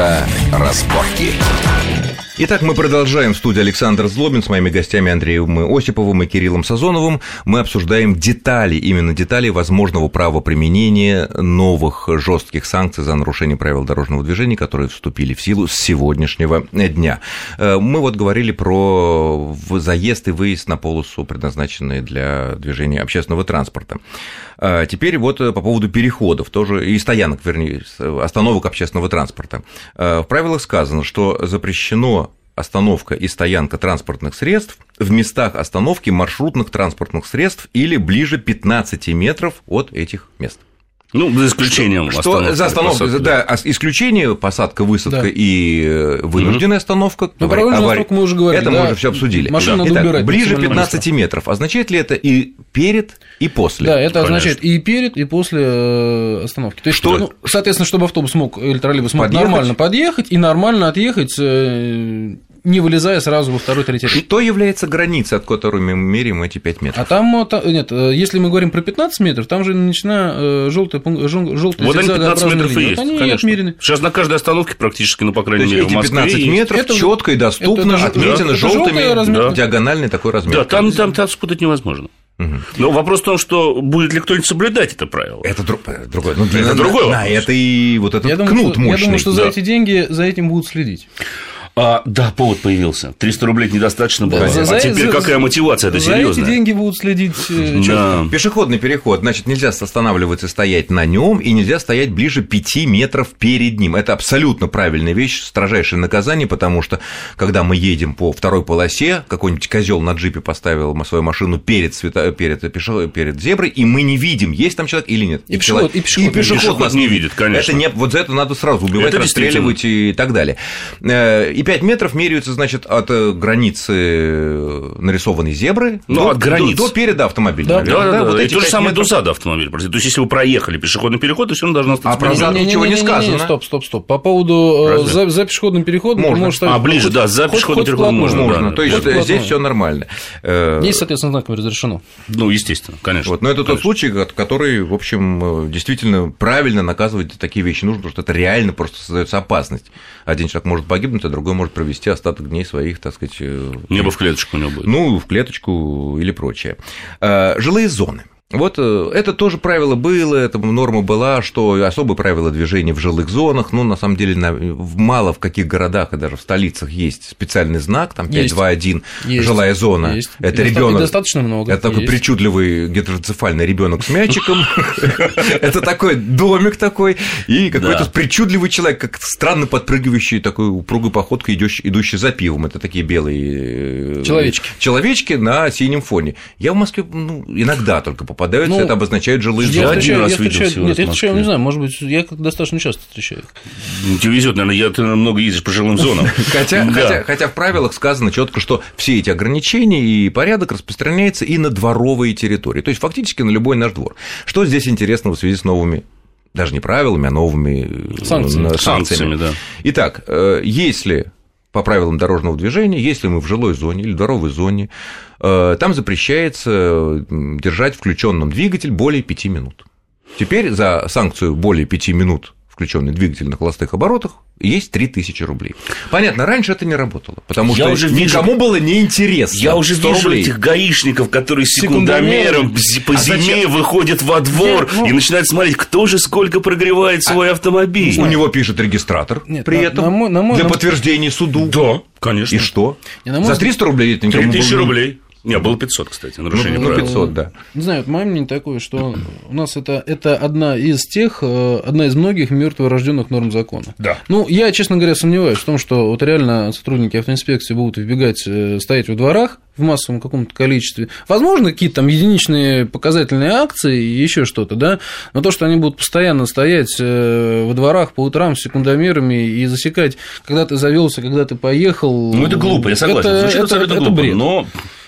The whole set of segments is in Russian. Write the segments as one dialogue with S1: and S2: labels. S1: Авторазборки.
S2: Итак, мы продолжаем. В студии Александр Злобин с моими гостями Андреем Осиповым и Кириллом Сазоновым. Мы обсуждаем детали, именно детали возможного правоприменения новых жестких санкций за нарушение правил дорожного движения, которые вступили в силу с сегодняшнего дня. Э, Мы вот говорили про заезд и выезд на полосу, предназначенные для движения общественного транспорта. А, Теперь вот э, по поводу переходов тоже, и стоянок, вернее, э, остановок общественного транспорта. А, В правилах сказано, что запрещено остановка и стоянка транспортных средств в местах остановки маршрутных транспортных средств или ближе 15 метров от этих мест.
S3: Ну, за исключением
S2: что, остановки. Что за остановку, посадка, да. да, исключение посадка, высадка да. и вынужденная угу. остановка.
S4: Ну, про аварий... мы уже говорили.
S2: Это да, мы уже все обсудили.
S4: Машину да.
S2: надо
S4: Итак, убирать.
S2: Ближе 15 быстро. метров. Означает ли это и перед, и после?
S4: Да, это Конечно. означает и перед, и после э, остановки. То есть, что? Ну, соответственно, чтобы автобус мог или троллейбус мог подъехать. нормально подъехать и нормально отъехать э, не вылезая сразу во второй, третий этаж.
S2: Что является границей, от которой мы меряем эти 5 метров?
S4: А там, нет, э, если мы говорим про 15 метров, там же начина желтая, желтая
S3: Вот они 15 метров линия. и есть, вот они конечно. Отмерены. Сейчас на каждой остановке практически, ну, по крайней мере, в Москве
S2: 15 метров это, четко и доступно это, отмечено да, желтыми, да. диагональный такой размер.
S3: Да, там, там, там спутать невозможно. Угу. Но вопрос в том, что будет ли кто-нибудь соблюдать это правило.
S2: Это дру... другое. Ну, для... это на, другое.
S3: На,
S2: это и вот этот я кнут
S4: думаю,
S2: мощный.
S4: Я думаю, что да. за эти деньги за этим будут следить.
S3: А, да, повод появился. 300 рублей недостаточно было. Да, за, а теперь за, какая мотивация? Это
S4: за
S3: серьезно.
S4: эти деньги будут следить. Э,
S2: да. Пешеходный переход. Значит, нельзя останавливаться стоять на нем, и нельзя стоять ближе 5 метров перед ним. Это абсолютно правильная вещь, строжайшее наказание, потому что когда мы едем по второй полосе, какой-нибудь козел на джипе поставил свою машину перед, света... перед, пешо... перед зеброй, и мы не видим, есть там человек или нет.
S4: И, и пешеход,
S3: и пешеход, и пешеход, и пешеход нас не видит, конечно.
S2: Это не... Вот за это надо сразу убивать, это расстреливать и так далее Э, и 5 метров меряются, значит, от границы нарисованной зебры
S3: ну,
S2: до,
S3: от границ.
S2: До, до переда автомобиля.
S3: Да, наверное, да, да, да, да. Вот и то же самое метров... до зада автомобиля. То есть, если вы проехали пешеходный переход, то все равно должно остаться
S2: А про зад ничего не, не, не, не сказано.
S4: Стоп, стоп, стоп. По поводу Разве? за, за пешеходным переходом
S3: можно. можно ставить, а, ближе, хоть, да, за хоть, пешеходный хоть переход
S2: можно. Можно, да, то есть, да. здесь все нормально. Э,
S4: Здесь, соответственно, знаками разрешено.
S3: Ну, естественно, конечно.
S2: Вот, но это конечно. тот случай, который, в общем, э, действительно правильно наказывать такие вещи нужно, потому что это реально просто создается опасность. Один человек может погибнуть, а другой другой может провести остаток дней своих, так сказать... э,
S3: Небо в клеточку у него будет.
S2: Ну, в клеточку или прочее. Э, Жилые зоны. Вот э, это тоже правило было, это норма была, что особые правила движения в жилых зонах, ну, на самом деле, мало в каких городах и даже в столицах есть специальный знак, там 521 есть. жилая зона. Есть. Это ребенок.
S4: достаточно много.
S2: Это такой есть. причудливый гетероцефальный ребенок с мячиком. Это такой домик такой, и какой-то причудливый человек, как странно подпрыгивающий такой упругой походкой, идущий за пивом. Это такие белые э,
S4: человечки.
S2: Человечки на синем фоне. Я в Москве ну, иногда только попадаю попадаются, ну, это обозначает жилые
S4: я зоны. Встречаю, я один раз видел встречаю, всего Нет, я встречаю, не знаю, может быть, я достаточно часто встречаю.
S3: Ну, тебе везет, наверное, я, ты много ездишь по жилым зонам.
S2: хотя, да. хотя, хотя в правилах сказано четко, что все эти ограничения и порядок распространяется и на дворовые территории, то есть фактически на любой наш двор. Что здесь интересного в связи с новыми даже не правилами, а новыми
S4: санкциями. санкциями.
S2: санкциями да. Итак, если по правилам дорожного движения, если мы в жилой зоне или дворовой зоне, э, там запрещается держать включенным двигатель более 5 минут. Теперь за санкцию более 5 минут включенный двигатель на холостых оборотах есть 3000 рублей. Понятно, раньше это не работало, потому я что уже вижу, никому было неинтересно.
S3: Я уже вижу рублей. этих гаишников, которые секундомером по а зиме зачем? выходят во двор Нет, ну... и начинают смотреть, кто же сколько прогревает свой а... автомобиль.
S2: У него пишет регистратор Нет, при на, этом на мой, на мой, для на... подтверждения суду.
S3: Да, конечно.
S2: И что? Не, мой... За 300 рублей это никому
S3: 3000 было... рублей. Не, было 500, кстати, нарушение ну, правил.
S2: Ну, 500, да.
S4: Не знаю, вот мое мнение такое, что у нас это, это одна из тех, э, одна из многих мертворожденных норм закона.
S3: Да.
S4: Ну, я, честно говоря, сомневаюсь в том, что вот реально сотрудники автоинспекции будут вбегать, стоять во дворах в массовом каком-то количестве. Возможно, какие-то там единичные показательные акции и еще что-то, да, но то, что они будут постоянно стоять э, во дворах по утрам с секундомерами и засекать, когда ты завелся, когда ты поехал.
S3: Ну, это глупо, я согласен.
S4: Это, Звучит это, это, глупо, это бред.
S3: но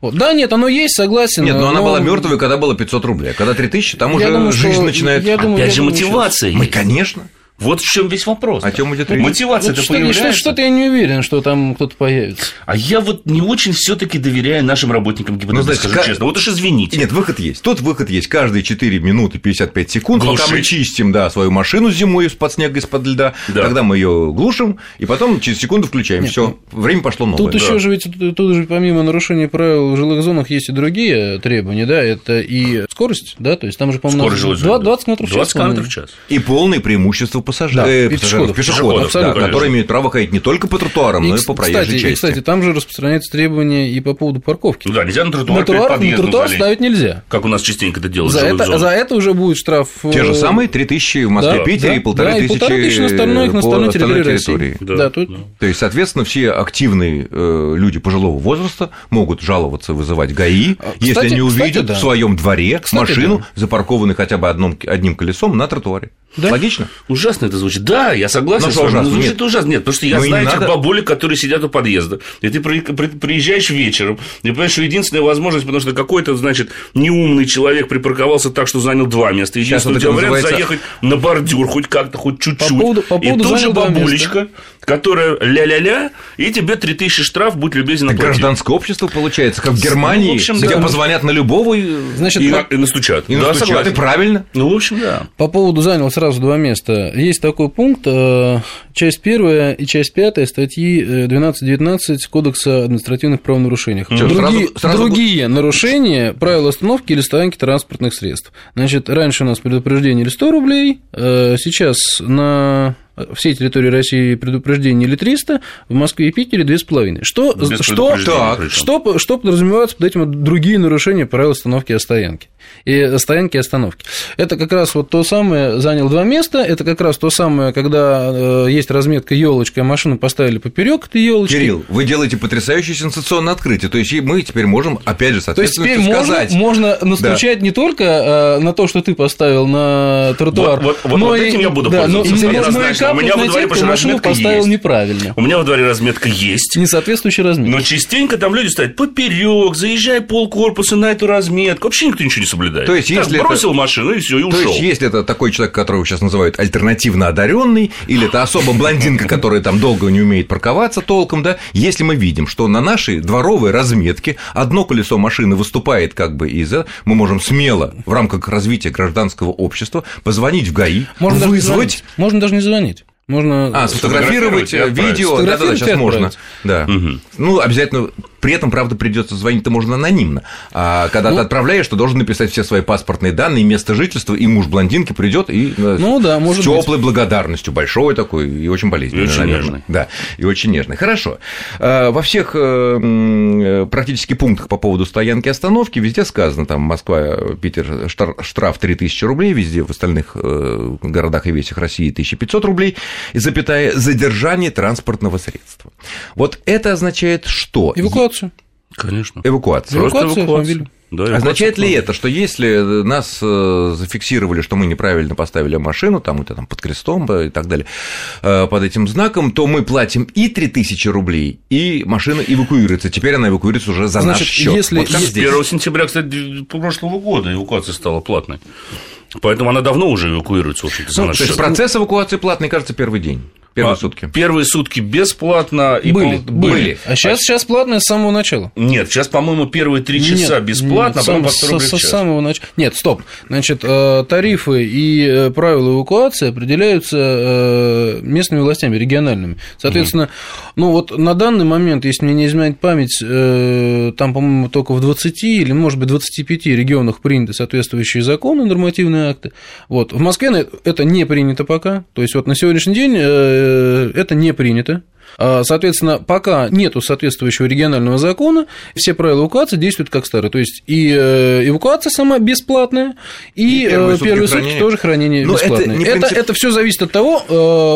S4: вот. Да, нет, оно есть, согласен.
S2: Нет, но, но... она
S4: ну,
S2: была мертвой, когда было 500 рублей, а когда 3000, там я уже думаю, жизнь что... начинает...
S3: Я думаю, Опять я же думаю, Ну, мотивация.
S2: Мы, конечно.
S3: Вот в чем весь вопрос.
S2: О чем идет речь?
S3: Мотивация-то
S4: Вот что-
S3: появляется.
S4: что- Что-то я не уверен, что там кто-то появится.
S3: А я вот не очень все-таки доверяю нашим работникам ГИБДД,
S2: Ну, значит,
S3: скажу
S2: ка-
S3: честно. Вот уж извините.
S2: Нет, выход есть. Тут выход есть. Каждые 4 минуты 55 секунд, пока
S3: Глушить.
S2: мы чистим да, свою машину зимой из-под снега, из-под льда,
S3: Да.
S2: тогда мы ее глушим, и потом через секунду включаем. Все, время пошло новое.
S4: ну, Тут еще же ведь тут же помимо нарушения правил в жилых зонах есть и другие требования, да, это и скорость, да, то есть там же, по-моему,
S3: Скорость жилой зоны.
S4: 20, 20 км в час.
S3: 20 км в
S4: по-моему.
S3: час.
S2: И полное преимущество пассажиров,
S4: Да,
S2: э,
S4: и
S2: пассажиров,
S4: пешеходов.
S2: пешеходов, да,
S4: Абсолютно,
S2: которые
S3: конечно.
S2: имеют право ходить не только по тротуарам,
S4: И,
S2: но и
S4: кс-
S2: по проезжей
S4: кстати, и,
S2: части.
S4: кстати, там же распространяется требования и по поводу парковки.
S3: Ну да, нельзя на тротуар
S4: на
S3: перед
S4: тротуар, на
S3: подъездом
S4: тротуар
S3: залезть,
S4: ставить нельзя.
S3: Как у нас частенько это делают в
S4: За
S3: жилых
S4: это,
S3: зонах.
S4: за это уже будет штраф.
S2: Те же
S4: э,
S2: самые 3000 в Москве,
S3: да,
S2: Питере
S4: да,
S2: и полторы
S4: да, и
S2: тысячи,
S4: полторы тысячи на остальной-
S2: э,
S4: на
S2: по
S4: остальной территории России.
S2: территории.
S4: Да, тут-
S2: То есть, соответственно, все активные э, люди пожилого возраста могут жаловаться, вызывать ГАИ,
S4: А,
S2: если
S4: кстати,
S2: они
S4: кстати,
S2: увидят
S4: да.
S2: в своем дворе
S4: Кстати,
S2: машину,
S4: да.
S2: запаркованную хотя бы одном, одним колесом на тротуаре.
S4: Да.
S2: Логично?
S3: Ужасно это звучит. Да, я согласен
S2: Ну,
S3: с
S2: что
S3: вами. но
S2: ужасно?
S3: Звучит
S2: Нет.
S3: ужасно. Нет, потому что я
S2: Ну, и не
S3: знаю этих
S2: надо.
S3: бабулек, которые сидят у подъезда. И ты при- при- приезжаешь вечером, и понимаешь, что единственная возможность, потому что какой-то, значит, неумный человек припарковался так, что занял два места.
S2: Сейчас
S3: Единственный
S2: вот
S3: у тебя
S2: это
S3: вариант
S2: называется-
S3: заехать на бордюр хоть как-то, хоть чуть-чуть.
S4: По поводу- по
S3: и
S4: поводу
S3: тут же
S4: занял два места.
S3: бабулечка, которая ля-ля-ля, и тебе 3000 штраф, будь любезен,
S2: Это
S3: оплати.
S2: гражданское общество получается,
S4: Ну,
S2: как в Германии,
S3: в общем,
S2: где
S3: да.
S2: позвонят на любого и,
S4: Значит,
S3: И,
S4: по-
S3: на- и настучат.
S2: и
S3: да,
S2: настучат,
S3: согласен.
S2: и правильно.
S3: Ну, в общем, да.
S4: По поводу занял сразу два места. Есть такой пункт, э, часть первая и часть пятая статьи э, 12.19 Кодекса об административных правонарушениях.
S2: Всё,
S4: другие,
S2: сразу- сразу-
S4: другие нарушения правил остановки или стоянки транспортных средств. Значит, раньше у нас предупреждение или 100 рублей, э, сейчас на всей территории России предупреждение или 300, в Москве и Питере 2,5. Что,
S3: Без
S4: что,
S3: предупреждения
S2: так,
S3: причём.
S4: что, по- что подразумеваются под этим другие нарушения правил остановки и стоянки? И э, стоянки и остановки. Это как раз вот то самое, занял два места, это как раз то самое, когда э, есть разметка елочка, а машину поставили поперек этой елочки.
S2: Кирилл, вы делаете потрясающее сенсационное открытие. То есть, и мы теперь можем, опять же,
S4: То есть
S2: соответственно,
S4: теперь можно,
S2: сказать.
S4: можно настучать не только э, на то, что ты поставил на тротуар,
S3: Вот- вот- вот-
S4: но
S3: вот
S4: и-
S3: этим я буду
S4: да, но,
S3: пользоваться,
S4: и
S3: совершенно
S4: можно и
S3: однозначно. У меня
S4: капнуть
S3: во
S4: на
S3: дворе, потому
S4: тех, кто
S3: что
S4: машину
S3: разметка
S4: поставил
S3: есть. Ну,
S4: неправильно.
S3: У меня во дворе разметка есть.
S4: Несоответствующий размер.
S3: Но частенько там люди стоят поперек, заезжай полкорпуса на эту разметку. Вообще никто ничего не соблюдает.
S2: То есть,
S3: Так,
S2: если это-
S3: бросил машину и все, и
S2: То
S3: ушел.
S2: есть, если это такой человек, которого сейчас называют альтернативно одаренный, или это особо блондинка, которая там долго не умеет парковаться толком, да, если мы видим, что на нашей дворовой разметке одно колесо машины выступает как бы из, э, мы можем смело в рамках развития гражданского общества позвонить в ГАИ,
S4: Можно даже не
S2: вызвать,
S4: звонить. Можно даже не звонить. Можно...
S2: а, сфотографировать,
S3: Сфотографировать и
S2: э,
S3: отправить.
S2: видео, да, да, да,
S4: Сфотографировать и
S2: сейчас можно,
S4: отправить.
S2: да. Ну, обязательно. При этом, правда, придется звонить-то можно анонимно. А когда
S4: Ну.
S2: ты отправляешь, ты должен написать все свои паспортные данные, место жительства, и муж блондинки придет и э,
S4: Ну да,
S2: с
S4: может быть.
S2: теплой благодарностью, большой такой и очень болезненный.
S3: И очень
S2: наверное.
S3: нежный.
S2: Да, и очень нежный. Хорошо. Э, Во всех э, м, э, практически пунктах по поводу стоянки и остановки везде сказано, там Москва, э, Питер, штар- штраф 3000 рублей, везде в остальных э, городах и весях России 1500 рублей, и запятая задержание транспортного средства. Вот это означает что?
S4: Эвакуацию.
S3: Конечно.
S2: Эвакуацию.
S4: Эвакуация автомобиля.
S3: Да, эвакуация
S2: Означает ли
S3: автомобиля.
S4: ну,
S2: это, что если нас э, зафиксировали, что мы неправильно поставили машину, там это там под крестом э, и так далее, э, под этим знаком, то мы платим и 3000 рублей, и машина эвакуируется. Теперь она эвакуируется уже за наш
S4: Значит,
S2: счет.
S4: если-
S2: вот как
S4: е-
S3: С
S2: здесь.
S3: 1 сентября, кстати, прошлого года эвакуация стала платной. Поэтому она давно уже эвакуируется, в общем-то, за
S2: Ну,
S3: наш
S2: то есть
S3: счёт.
S2: процесс эвакуации платный, кажется, первый день, первые
S3: А,
S2: сутки.
S3: Первые сутки бесплатно. и
S4: Были,
S3: пол-
S4: были.
S2: были.
S4: А сейчас, сейчас платное с самого начала.
S3: Нет, сейчас, по-моему, первые три часа
S4: Нет,
S3: бесплатно, а
S4: нет,
S3: потом по
S4: сам-
S3: 100 рублей в
S4: со- со
S3: час.
S4: самого начала. Нет, стоп. Значит, э, тарифы и э, правила эвакуации определяются э, местными властями, региональными. Соответственно, ну вот на данный момент, если мне не изменять память, э, там, по-моему, только в 20 или, может быть, 25 регионах приняты соответствующие законы, нормативные акты. Вот. В Москве на- это не принято пока. То есть, вот на сегодняшний день э, это не принято. А, Соответственно, пока нету соответствующего регионального закона, все правила эвакуации действуют как старые. То есть и э, эвакуация сама бесплатная, и,
S2: И первые
S4: э,
S2: сутки
S4: первые
S2: хранения.
S4: сутки тоже хранение
S2: Но это
S4: бесплатное.
S2: не
S4: Это,
S2: принцип-
S4: все зависит от того,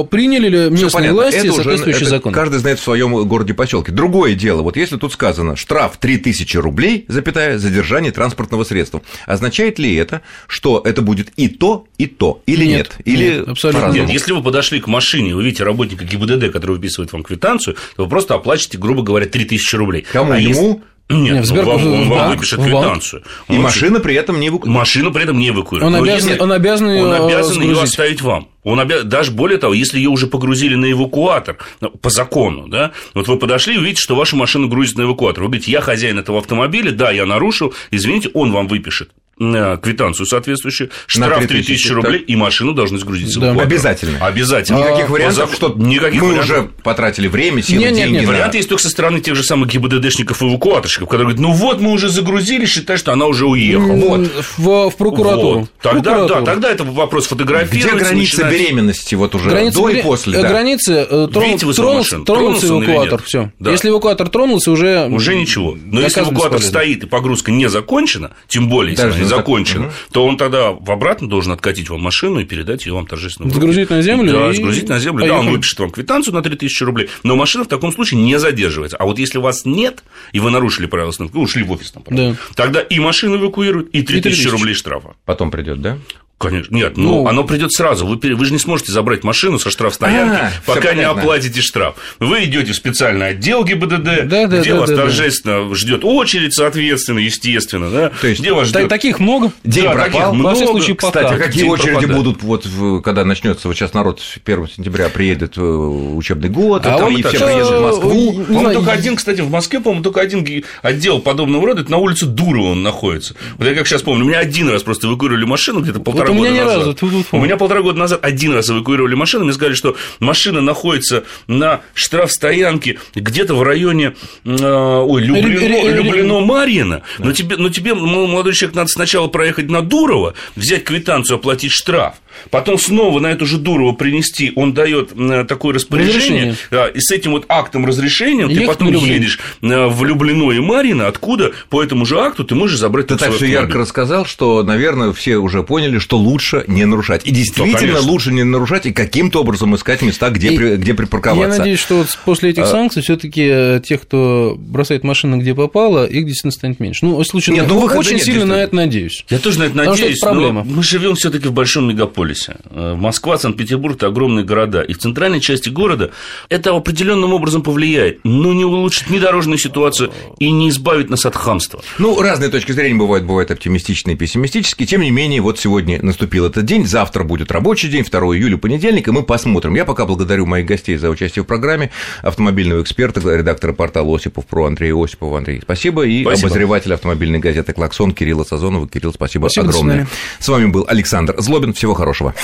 S4: э, приняли ли
S2: Всё
S4: местные власти
S2: это уже-
S4: соответствующий
S2: это
S4: закон.
S2: Каждый знает в своем городе поселке. Другое дело, вот если тут сказано штраф 3000 рублей, запятая, задержание транспортного средства, означает ли это, что это будет и то, и то, или нет?
S4: Нет,
S2: или
S4: нет, абсолютно
S2: по-разному?
S3: Нет, если вы подошли к машине, и вы видите работника ГИБДД, который выписывает вам квитанцию, то вы просто оплачете, грубо говоря, 3000 рублей.
S2: Кому?
S3: А
S2: Ему?
S3: если- Нет, Нет Сбербанк, он, он, он вам выпишет квитанцию.
S2: Он и машина при этом не эвакуирует.
S3: Машина при этом не эвакуирует.
S4: Он обязан, если... он обязан, ее,
S2: э,
S3: он обязан
S4: сгрузить.
S3: ее оставить вам. Он обяз... Даже более того, если ее уже погрузили на эвакуатор ну, по закону, да, вот вы подошли и увидите, что ваша машина грузит на эвакуатор. Вы говорите, я хозяин этого автомобиля, да, я нарушил, извините, он вам выпишет э, квитанцию соответствующую, штраф 3000 рублей, так? и машину должны сгрузить
S2: да. Обязательно.
S3: Обязательно.
S2: Никаких вариантов, что Никаких мы вариантов. уже потратили время, силы, нет, деньги. Нет, нет.
S3: Варианты есть только со стороны тех же самых ГИБДДшников и эвакуаторщиков, которые говорят, ну вот мы уже загрузили, считай, что она уже уехала.
S4: Вот. В, в прокуратуру.
S3: Вот. Тогда, прокуратуру. Да, тогда это вопрос фотографировать.
S2: Где граница начинать... беременности вот уже граница до бери... и после?
S4: Да. Граница э, трон... Видите, тронулся, тронулся эвакуатор, все. Да. Если эвакуатор тронулся, уже...
S3: Уже ничего. Но если эвакуатор стоит и погрузка не закончена, тем более, Даже закончен, угу. то он тогда в обратно должен откатить вам машину и передать ее вам торжественно.
S4: Сгрузить на землю?
S3: Да, и... сгрузить на землю. Поехали. Да, он выпишет вам квитанцию на 3000 рублей, но машина в таком случае не задерживается. А вот если вас нет, и вы нарушили правила остановки, вы ушли в офис, там, правда, да. тогда и машину эвакуируют, и 3000, и 3000 рублей штрафа.
S2: Потом придет, да?
S3: Конечно. Нет, ну, ну оно придет сразу. Вы, вы же не сможете забрать машину со штрафстоянки, а, пока не понятно. оплатите штраф. Вы идете в специальный отдел ГИБДД, да, да, где да, вас да, торжественно да. ждет очередь, соответственно, естественно. Да?
S4: То есть, где вас ждет... таких много.
S2: День да, пропал.
S4: Много. Во всяком случае,
S2: пока. Кстати, а какие День очереди пропадает. будут, вот, в, когда начнется, вот сейчас народ 1 сентября приедет э, учебный год,
S3: а
S2: там, и все приедут в Москву.
S3: По-моему, только один, кстати, в Москве, по-моему, только один отдел подобного рода, это на улице Дурова он находится. Вот я как сейчас помню, у меня один раз просто выкурили машину, где-то полтора
S4: вот
S3: года назад.
S4: Разу, ту -ту -ту.
S3: У меня полтора года назад один раз эвакуировали машину, мне сказали, что машина находится на штрафстоянке где-то в районе а, ой, Люблино, Люблино Марьино, да. но тебе, но тебе, молодой человек, надо сначала проехать на Дурова, взять квитанцию, оплатить штраф, потом снова на эту же Дурова принести, он дает такое распоряжение, да, и с этим вот актом разрешения ты потом едешь в Люблино и Марьино, откуда по этому же акту ты можешь забрать
S2: Ты так все ярко рассказал, что, наверное, все уже поняли, поняли, что лучше не нарушать. И действительно да, лучше не нарушать и каким-то образом искать места, где, и при, где припарковаться.
S4: Я надеюсь, что вот после этих а... санкций все-таки тех, кто бросает машины, где попало, их действительно станет меньше. Ну, в случае нет, ну, очень нет, сильно на это надеюсь.
S3: Я тоже на это Потому надеюсь. Потому это проблема. мы живем все-таки в большом мегаполисе. Э, Москва, Санкт-Петербург это огромные города. И в центральной части города это определенным образом повлияет, но не улучшит ни дорожную ситуацию и не избавит нас от хамства.
S2: Ну, разные точки зрения бывают, бывают оптимистичные и пессимистические. Тем не менее, вот сегодня сегодня наступил этот день, завтра будет рабочий день, 2 июля, понедельник, и мы посмотрим. Я пока благодарю моих гостей за участие в программе, автомобильного эксперта, редактора портала Осипов про Андрея Осипова. Андрей, спасибо. И спасибо. обозреватель автомобильной газеты «Клаксон» Кирилла Сазонова. Кирилл, спасибо, спасибо огромное. С вами был Александр Злобин. Всего хорошего.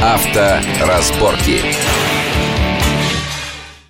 S1: Авторазборки.